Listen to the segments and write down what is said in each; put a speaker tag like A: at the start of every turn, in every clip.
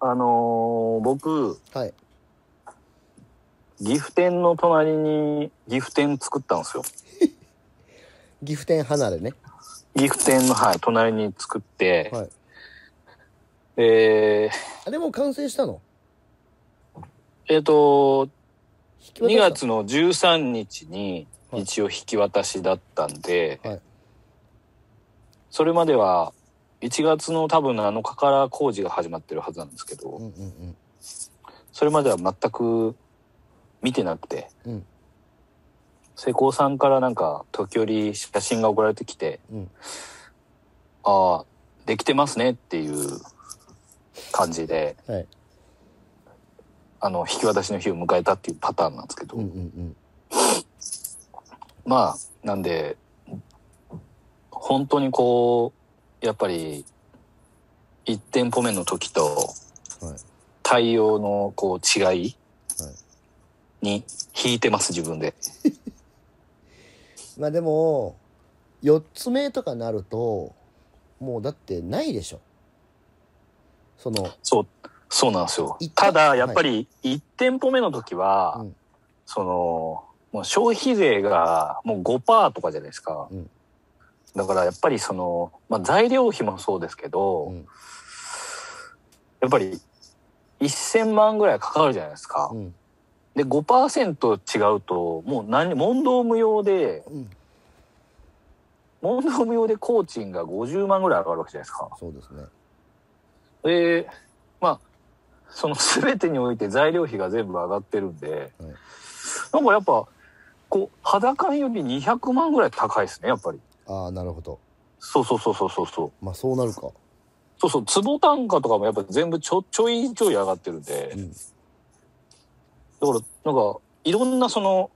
A: あのー僕、
B: はい
A: 岐阜店の隣に岐阜店作ったんですよ。
B: 岐阜店離れね
A: 岐阜店の、はい、隣に作って、
B: はい
A: え
B: あれもう完成したの
A: ー、えっ、と、
B: 引き渡
A: 2
B: した
A: 月の13日に
B: はい
A: 一応引き渡しだったんで、
B: はい
A: それまでは1月の多分7日から工事が始まってるはずなんですけど、
B: うんうん
A: それまでは全く見てなくて、
B: うん
A: 施工さんからなんか時折写真が送られてきて、
B: うん
A: ああできてますねっていう感じで
B: うんはい
A: あの引き渡しの日を迎えたっていうパターンなんですけど、
B: うんうん
A: まあなんで本当にこうやっぱり1店舗目の時と
B: うんはい
A: 対応のこう違い
B: はい
A: に引いてます自分で。
B: まあでも4つ目とかなるともうだってないでしょその
A: そう、そうなんですよ
B: 一。
A: た
B: 店
A: だ、やっぱり1店舗目の時は、
B: うん
A: その、もう消費税がもう5%とかじゃないですか。
B: うん
A: だからやっぱりその、まあ、材料費もそうですけど、
B: うん
A: やっぱり1000万ぐらいかかるじゃないですか。
B: うん
A: で、5%違うと、もう何、問答無用で、
B: うん
A: 問答無用で工賃が50万ぐらい上がるわけじゃないですか。
B: そうですね
A: でまあその全てにおいて材料費が全部上がってるんで、
B: はい
A: なんかやっぱこう肌感より200万ぐらい高いですねやっぱり
B: ああなるほど
A: そうそうそうそうそうそう
B: まあそうなるか
A: そうそう坪単価とかもやっぱ全部ちょちょいちょい上がってるんで
B: うん
A: だからなんかいろんなその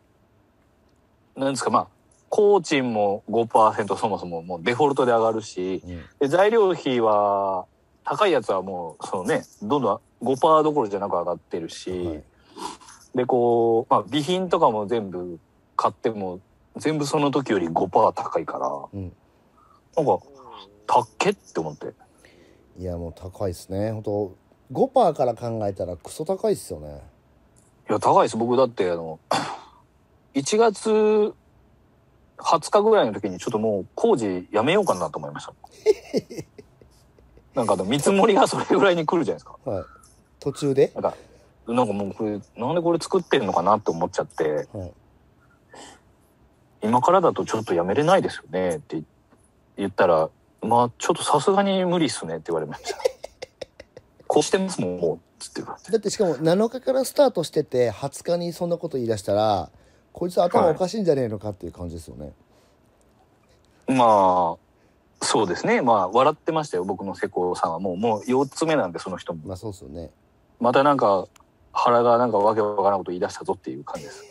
A: なんですかまあ工賃も5%そもそももうデフォルトで上がるし
B: うん
A: で材料費は高いやつはもうそのねどんどん5%どころじゃなく上がってるし、
B: はい
A: でこう、まあ、備品とかも全部買っても全部その時より5%高いから
B: うん
A: なんかたっけって思って
B: いやもう高いですね本当5パーから考えたらクソ高いっすよね
A: いや高いです僕だってあの 1月20日ぐらいの時にちょっともう工事やめようかなと思いました なんかあの見積もりがそれぐらいに来るじゃないですか
B: はい途中で
A: なんかなんかもうこれなんでこれ作ってんのかなって思っちゃって
B: はい
A: 今からだとちょっとやめれないですよねって言ったら、まあちょっとさすがに無理っすねって言われま した。こうしてますもん、もう、つって言われて。
B: だってしかも7日からスタートしてて20日にそんなこと言い出したらこいつ頭おかしいんじゃねえのかっていう感じですよね、
A: まあ、そうですね。まあ、笑ってましたよ、僕の施工さんは。もう、もう4つ目なんで、その人も。
B: まあそうっすよね
A: またなんか、腹がなんかわけわからんこと言い出したぞっていう感じです。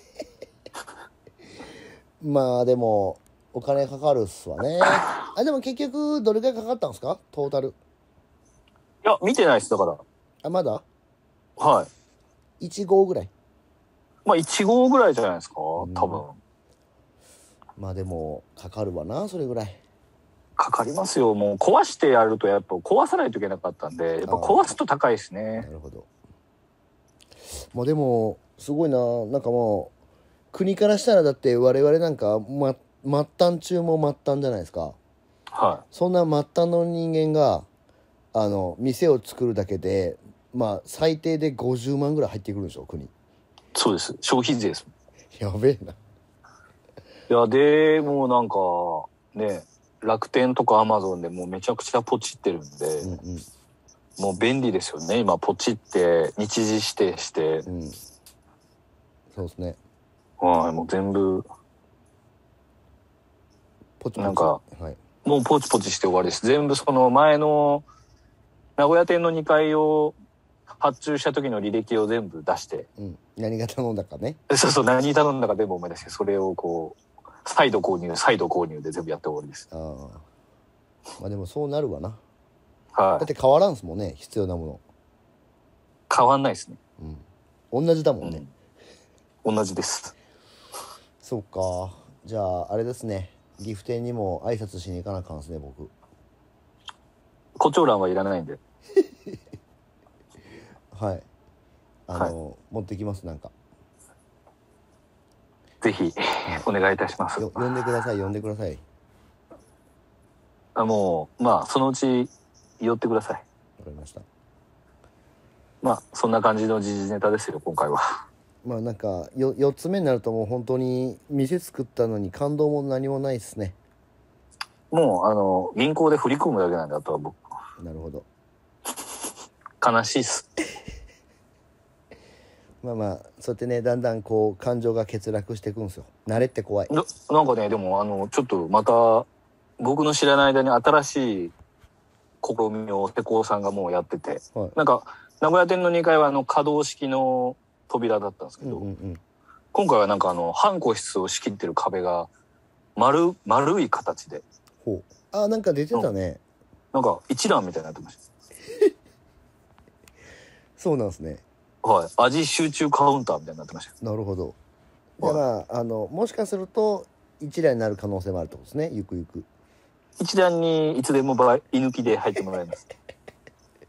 B: まあでもお金かかるっすわねあでも結局どれぐらいかかったんですかトータル
A: いや、見てないです、だから。
B: あまだ
A: はい。
B: 1号ぐらい
A: まあ、1号ぐらいじゃないですか、多分。
B: まあでもかかるわなそれぐらい
A: かかりますよ。もう、壊してやると、やっぱ壊さないといけなかったんで、やっぱ壊すと高いですね
B: な。るほどまあでもすごいななんかもう国からしたらだって我々なんか、ま、末端中も末端じゃないですか
A: はい。
B: そんな末端の人間があの店を作るだけでまあ最低で50万ぐらい入ってくるんでしょ国
A: そうです。消費税です。
B: やべえない
A: や、で、もうなんか、ね、楽天とかアマゾンでもうめちゃくちゃポチってるんで、
B: うんうん
A: もう便利ですよね。今、ポチって、日時指定して、
B: うんそうですね
A: はい、もう全部、
B: ポチポチ
A: なんか
B: はい
A: もうポチポチして終わりです。全部その前の、名古屋店の2階を発注した時の履歴を全部出して、
B: うん、何が頼んだかね
A: そうそう、何頼んだか全部思い出して、それをこう、再度購入、再度購入で全部やって終わりです。
B: ああまあでもそうなるわな
A: は
B: だっ
A: い。
B: て変わらんすもんね必要なも
A: 変わんないですね。
B: の、うん、同じだもんね、
A: うん。同じです。
B: そうかじゃああれですねギフ店にも挨拶しに行かなあかんですね僕
A: 胡蝶蘭はいらないんで。
B: はいあの、持ってきますなんか
A: ぜひ、お願いいたします。
B: よ呼んでください呼んでください
A: あもう、まあ、そのうち寄ってください。
B: わかりました
A: まあ、そんな感じの時事ネタですよ、今回は。
B: まあなんかよ4つ目になるともう本当に店作ったのに感動も何もないですね
A: もう、あの、銀行で振り込むだけなんで、あとは僕、
B: なるほど
A: 悲しいっす。
B: まあまあそうやってねだんだんこう感情が欠落していくんですよ慣れって怖い
A: ななんかね、でも、あの、ちょっとまた、僕の知らない間に新しい試みを手工さんがもうやってて、
B: はい
A: なんか、名古屋店の2階は、あの、可動式の扉だったんですけ
B: うん
A: ど、
B: うんうん
A: 今回はなんか、あの、半個室を仕切ってる壁が、丸、丸い形で、
B: ほうあなんか出てたね
A: なんか、一覧みたいになってました。
B: そうなんですね
A: はい、味集中カウンターみたいになってましたよ
B: なるほどじゃあまああのもしかすると一台になる可能性もあるってことですねゆくゆく
A: 一覧にいつでもば居抜きで入ってもらえます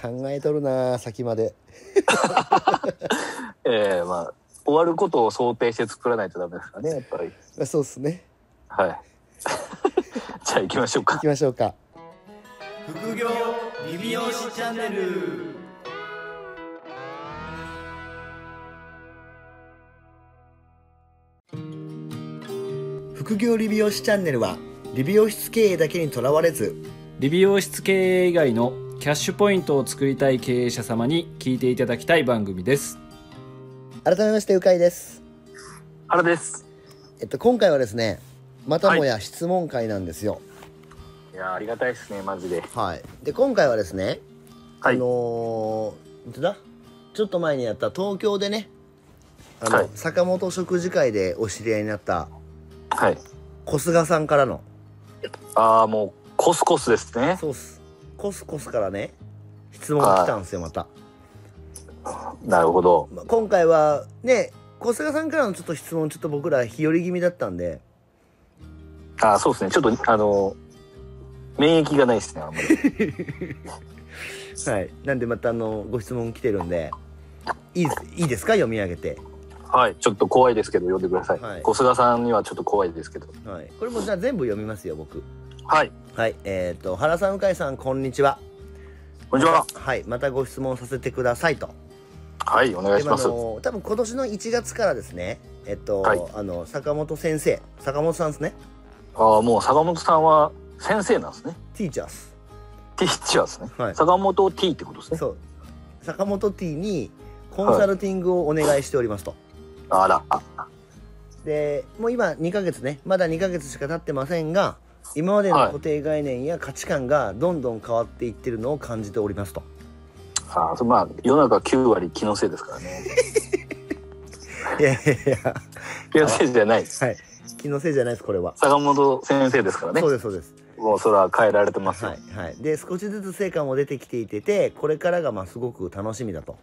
B: 考えとるなあ先まで
A: ええまあ終わることを想定して作らないとダメですからねやっぱり
B: あそうですね
A: はい じゃあ行きましょう
B: 行
A: か
B: きましょうか
C: 副業リビオシチャンネル
B: 副業理美容師チャンネルは理美容室経営だけにとらわれず
D: 理美容室経営以外のキャッシュポイントを作りたい経営者様に聞いていただきたい番組です
B: 改めましてうかいです
A: 原です
B: えっと今回はですねまたもや質問会なんですよ
A: いやーありがたいですねマジで
B: はい、で今回はですね
A: は
B: あ
A: い
B: のー本当だちょっと前にやった東京でねあの、
A: はい
B: 坂本食事会でお知り合いになった
A: はい
B: 小菅さんからの
A: ああもうコスコスですね
B: そうっすコスコスからね質問が来たんですよまた、
A: なるほど
B: まあ今回はね小菅さんからのちょっと質問ちょっと僕ら日和気味だったんで
A: ああそうですねちょっとあの免疫がないですねあんまり
B: はいなんでまたあのご質問来てるんでいいですいいですか読み上げて、
A: はいちょっと怖いですけど読んでください、
B: はい
A: 小菅さんにはちょっと怖いですけど
B: はい、これもじゃあ全部読みますよ僕
A: はい
B: はいえっ、と原さん向井さんこんにちは
A: こんにちは
B: はい、またご質問させてくださいと。
A: はいお願いし
B: であ
A: ます
B: の多分今年の1月からですね、えっと、
A: はい
B: あの坂本先生、坂本さんですね、
A: ああもう坂本さんは先生なんですね。
B: ティーチャース、
A: ティーチャーですね。
B: はい
A: 坂本 T ってことですね。
B: そう、坂本 T にコンサルティングをお願いしておりますと。
A: あらあ
B: で、もう今2ヶ月ね、まだ2ヶ月しか経ってませんが、今までの
A: はい
B: 固定概念や価値観がどんどん変わっていってるのを感じておりますと。
A: あーまあ世の中9割気のせいですからね。
B: いやいやいや、
A: 気のせいじゃないです。
B: はい、気のせいじゃないです、これは。
A: 坂本先生ですからね
B: そう。です、そうです。
A: もうそれは変えられてますよ。
B: はいはい、で少しずつ成果も出てきていててこれからがまあすごく楽しみだと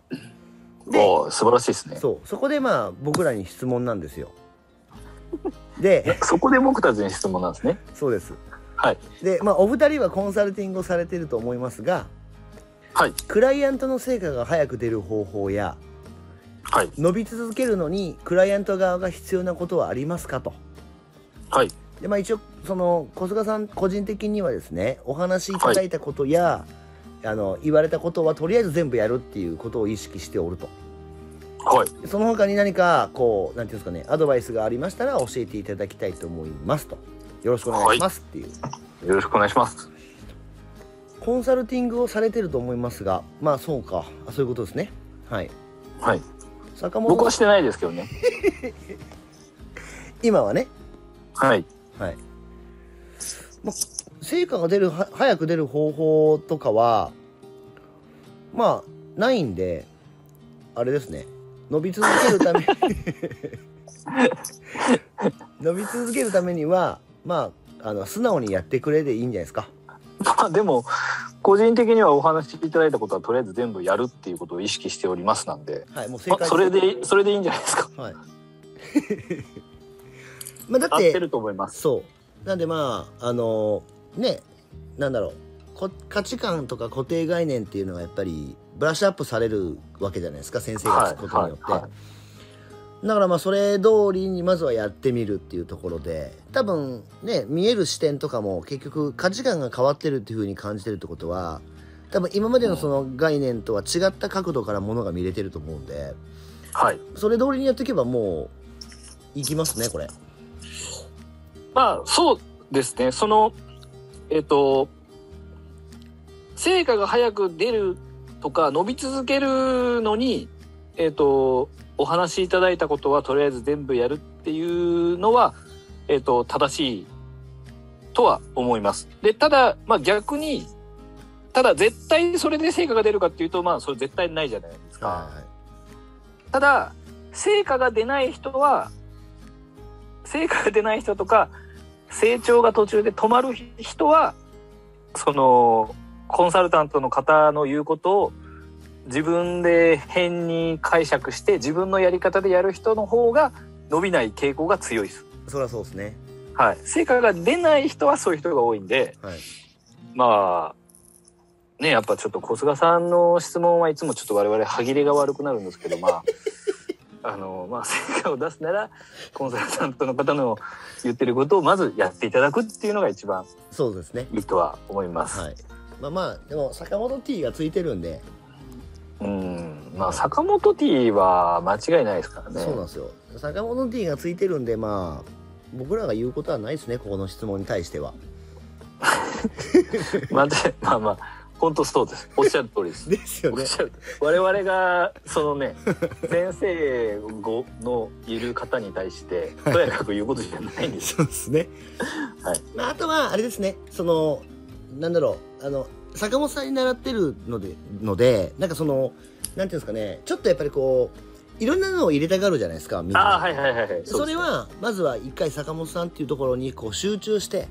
B: で
A: おお素晴らしいですね。
B: そうそこでまあ僕らに質問なんですよで
A: そこで僕たちに質問なんですね。
B: そうです
A: はい
B: でまあお二人はコンサルティングをされていると思いますが
A: はい
B: クライアントの成果が早く出る方法や
A: はい
B: 伸び続けるのにクライアント側が必要なことはありますかと
A: はい
B: でまあ一応その小菅さん個人的にはですねお話しいただいたことや、あの言われたことはとりあえず全部やるっていうことを意識しておると
A: はい
B: その他に何かこうなんていうんですかねアドバイスがありましたら教えていただきたいと思いますとよろしくお願いしますっていう、
A: よろしくお願いします。
B: コンサルティングをされてると思いますがまあそうかあそういうことですねはい
A: はい
B: 坂
A: 僕
B: 本
A: は
B: さ
A: してないですけどね。
B: ん今はね
A: はい
B: はい、まあ、成果が出るは早く出る方法とかはまあないんであれですね伸び続けるため 伸び続けるためにはまああの素直にやってくれでいいんじゃないですか
A: まあでも個人的にはお話しいただいたことはとりあえず全部やるっていうことを意識しておりますなんで。
B: はいもう正
A: まあ
B: 解
A: それでそれでいいんじゃないですか。
B: はい まあだ
A: 合
B: っ
A: って
B: て
A: ると思います。
B: そうなんでまああのねなんだろうこ価値観とか固定概念っていうのはやっぱりブラッシュアップされるわけじゃないですか先生が
A: は
B: つ
A: い
B: くことによって、
A: はいはい
B: だからまあそれ通りにまずはやってみるっていうところで多分ね見える視点とかも結局価値観が変わってるっていう風に感じてるってことは多分今までのその概念とは違った角度からものが見れてると思うんで
A: はい。
B: それ通りにやっていけばもういきますねこれ
A: まあ、そうですね。その、えっと、成果が早く出るとか、伸び続けるのに、えっと、お話しいただいたことはとりあえず全部やるっていうのは、えっと、正しいとは思います。で、ただ、まあ逆に、ただ絶対それで成果が出るかっていうと、まあそれ絶対ないじゃないですか。
B: は
A: ただ成果が出ない人は成果が出ない人とか成長が途中で止まる人はそのコンサルタントの方の言うことを自分で変に解釈して自分のやり方でやる人の方が伸びない傾向が強いです。
B: いそりゃそうですね
A: はい、成果が出ない人はそういう人が多いんで、
B: はい
A: まあねやっぱちょっと小菅さんの質問はいつもちょっと我々歯切れが悪くなるんですけど まああのまあ成果を出すならコンサルタントの方の言ってることをまずやっていただくっていうのが一番
B: そうですね
A: いいとは思います。
B: はいまあまあでも坂本 T がついてるんで、
A: うんまあ坂本 T は間違いないですからね。
B: そうなんですよ坂本 T がついてるんでまあ僕らが言うことはないですねここの質問に対しては
A: まあでまあまあ本当そうです。おっしゃる通りです。
B: です よね
A: 我々がそのね先生ごのいる方に対してとやかく言うことじゃないんです
B: そうですね。
A: はい。
B: まあ、あとは、あれですね、その、なんだろう、あの、坂本さんに習ってるので、ので、なんかその、なんていうんですかね、ちょっとやっぱりこう、いろんなのを入れたがるじゃないですか、みんな。
A: ああはいはいはいはい
B: それは、まずは一回坂本さんっていうところにこう集中して、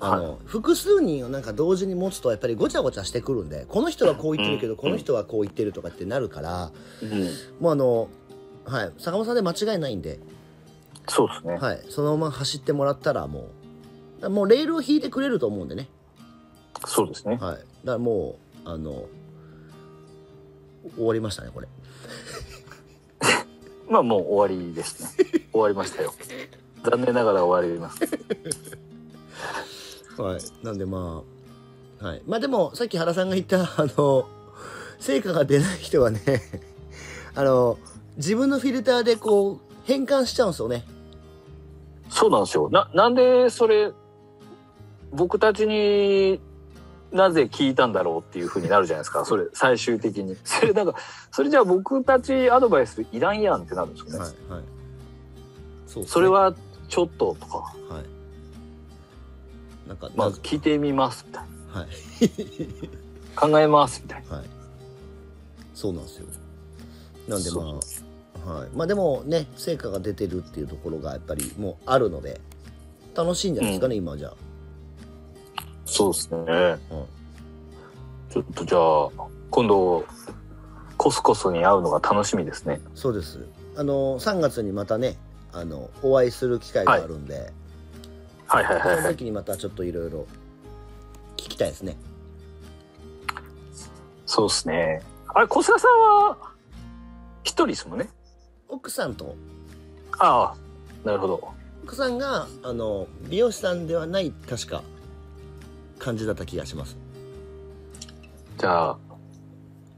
B: あの、複数人をなんか同時に持つと、やっぱりごちゃごちゃしてくるんで、この人はこう言ってるけど、
A: うん
B: この人はこう言ってるとかってなるから、
A: そうですね,うん、
B: もうあの、はい、坂本さんで間違いないんで、
A: そうですね
B: はい、そのまま走ってもらったらもう、もうレールを引いてくれると思うんでね、
A: そうですね
B: はい、だからもう、あの、終わりましたね、これ。
A: まあもう終わりです ね終わりましたよ残念ながら終わります
B: はい、なんでまあ、はい、まあでも、さっき原さんが言った、 あの、成果が出ない人はね、 あの、自分のフィルターでこう、変換しちゃうんですよね。
A: そうなんですよななんでそれ僕たちになぜ聞いたんだろうっていうふうになるじゃないですかそれ最終的に それなんかそれじゃあ僕たちアドバイスいらんやんってなるんですよね、
B: はい、はい。そうっすね
A: それ、はちょっととか
B: はい。なんか、
A: まあ
B: な、
A: 聞いてみますみたいな
B: はい。
A: 考えますみたいな
B: はい。そうなんですよ。なんで
A: そう
B: まあ、はい。まあでもね、成果が出てるっていうところがやっぱりもうあるので、楽しいんじゃないですかね、今じゃ
A: そうですね、
B: ん
A: ちょっとじゃあ今度コスコスに会うのが楽しみですね
B: そうです。あの、3月にまたね、あの、お会いする機会があるんで、
A: はいはいはい
B: そ
A: は
B: の
A: い
B: 時にまたちょっといろいろ聞きたいですね。
A: そうですねあれ小菅さんは一人ですもんね
B: 奥さんと、
A: ああなるほど
B: 奥さんが、あの、美容師さんではない、確か、感じだった気がします。
A: じゃあ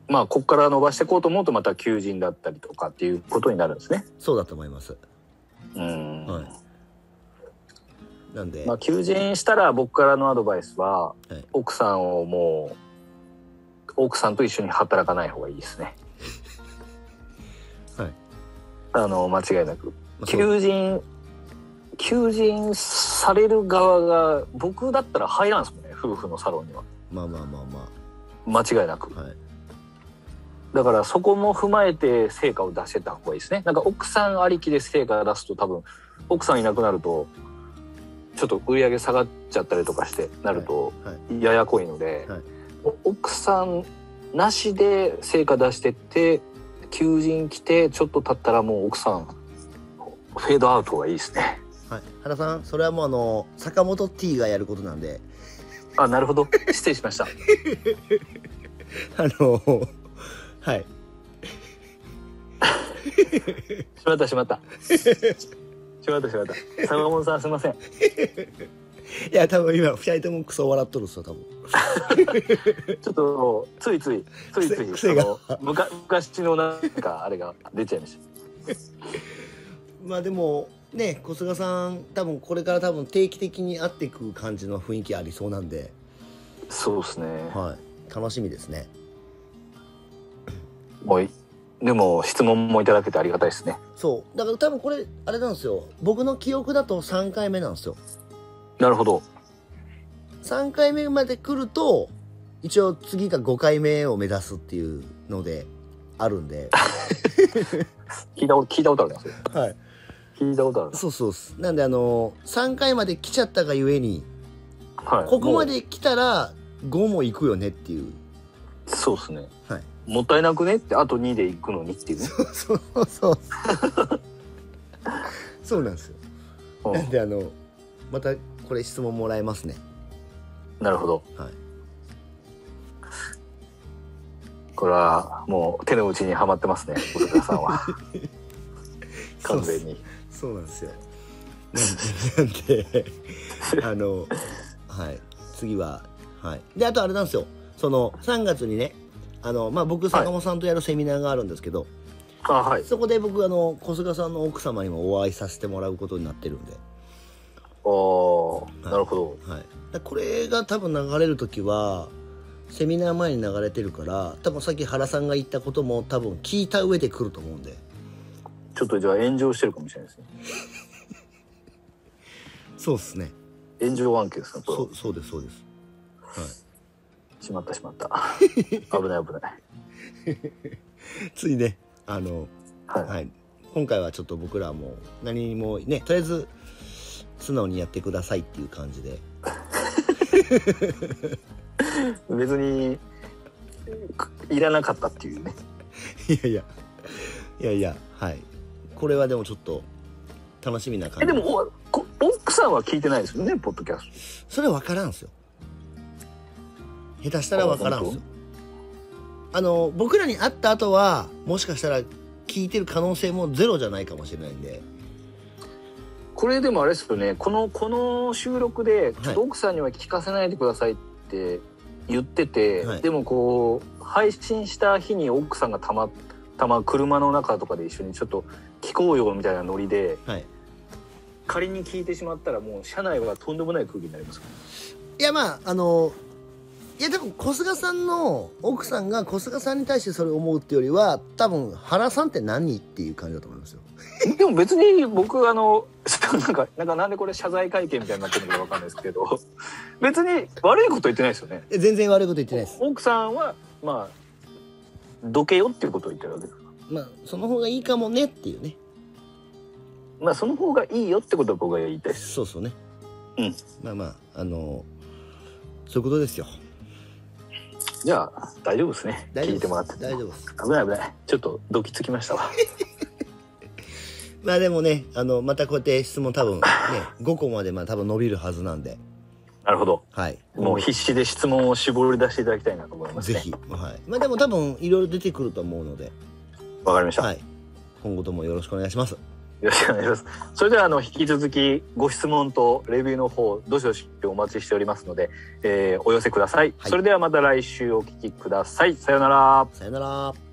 A: まあここから伸ばしていこうと思うとまた求人だったりとかっていうことになるんですね
B: そうだと思います。
A: うん、
B: はい。なんで、
A: まあ、求人したら僕からのアドバイスは、
B: い
A: 奥さんをもう奥さんと一緒に働かない方がいいですね
B: はい
A: あの間違いなく
B: まあそう
A: 求人求人される側が僕だったら入らんすもんね夫婦のサロンには
B: まあまあまあま
A: 間違いなく
B: あ、はい。
A: だからそこも踏まえて成果を出してった方がいいですねなんか奥さんありきで成果出すと多分奥さんいなくなるとちょっと売り上げ下がっちゃったりとかしてなると
B: はい
A: や
B: は
A: やこいので、
B: はい
A: お奥さんなしで成果出してって求人来てちょっと経ったらもう奥さんフェードアウトがいいですね
B: はい、原さんそれはもうあの坂本 T がやることなんで
A: あなるほど失礼しました
B: あのはい
A: しまったしまった。しまったしまった。坂本さんすいません。
B: いや多分今二人ともクソ笑っとるっすよ多分
A: ちょっとついついつい
B: 癖
A: つい
B: 癖
A: あ
B: が
A: のむか昔のなんかあれが出ちゃいまし
B: まあでもね小菅さん多分これから多分定期的に会っていく感じの雰囲気ありそうなんで、
A: た。そうですね。
B: はい、楽しみですね
A: もういでも質問もいただけてありがたいですね。
B: そうだから多分これあれなんですよ僕の記憶だと3回目なんですよ
A: なるほど。
B: 3回目まで来ると一応次が5回目を目指すっていうのであるんで、
A: 聞いたこと聞いたことあるな。それ
B: はい、
A: 聞いたことある
B: そうそうっすなんであの3回まで来ちゃったがゆえに
A: な。はい。
B: ここま
A: も
B: で来たら5も行くよねっていう
A: う。そうですね。
B: はい
A: もったいなくねってあと2で行くのにっていうね。
B: そうそうそうそうなんですよ
A: う
B: なんであのまたこれ質問もらえますね
A: んなるほど。
B: はい
A: これはもう手の内にはまってますね。小塚さん は完全に。
B: そうなんですよ。なんで、なんであの、はい、次は、はい。で、あとあれなんですよ。その、3月にね、あの、まあ、僕、坂本さんとやるセミナーがあるんですけど、
A: あはい。
B: そこで僕、あの、小菅さんの奥様にもお会いさせてもらうことになってるんで、
A: おーなるほど。
B: はい。だこれが多分流れる時は、セミナー前に流れてるから、多分さっき原さんが言ったことも多分聞いた上で来ると思うんで、
A: ちょっとじゃあ炎上してるかもしれないですね。
B: そうっすね。
A: 炎上案件ですね。これ
B: そ
A: は
B: う、そうです、そうです。はい。
A: しまったしまった。 危ない危ない。
B: ついねあの、
A: は
B: はいい今回はちょっと僕らはもう何もねとりあえず素直にやってくださいっていう感じで
A: 別にくいらなかったっていうね。
B: いやいやいやいやはいこれはでもちょっと楽しみな感
A: え
B: じ
A: でもおこ奥さんは聞いてないですよねポッドキャス
B: それ分からんすよ下手したら分からんすよあの僕らに会った後はもしかしたら聞いてる可能性もゼロじゃないかもしれないんで
A: ト。これでもあれですよね。このこの収録で
B: い
A: ちょっと奥さんには聞かせないでくださいって言ってて、
B: はい
A: でもこう配信した日に奥さんがたまたま車の中とかで一緒にちょっと聞こうよみたいなノリで
B: はい
A: 仮に聞いてしまったらもう車内はとんでもない空気になりますよね。
B: いやまああのいや多分小菅さんの奥さんが小菅さんに対してそれを思うってよりは多分原さんって何っていう感じだと思いますよ
A: でも別に僕あの なんかなんかなんでこれ謝罪会見みたいになってるのかわかんないですけど 別に悪いこと言ってないですよね
B: いや全然悪いこと言ってないです
A: 奥さんはまあどけよっていうことを言ってるわけです
B: まあその方がいいかもねっていうね
A: まあその方がいいよってことを僕が言いたいです
B: そうそうね
A: うん
B: まあまああのそういうことですよ
A: じゃあ大丈夫ですね
B: 大丈夫
A: 聞いてもらって
B: 大丈夫です
A: 危ない危ないちょっとドキつきましたわ
B: まあでもねあのまたこうやって質問多分ね5個までまあ多分伸びるはずなんで
A: なるほど
B: はい
A: もう必死で質問を絞り出していただきたいなと思います
B: ぜ
A: ね
B: ひはいまあでも多分いろいろ出てくると思うので
A: わかりました、
B: はい今後ともよろしくお願いします
A: よろしくお願いします。それではあの引き続きご質問とレビューの方どしどしお待ちしておりますので、えーお寄せください。
B: はい
A: それではまた来週お聞きください。さようなら。
B: さよなら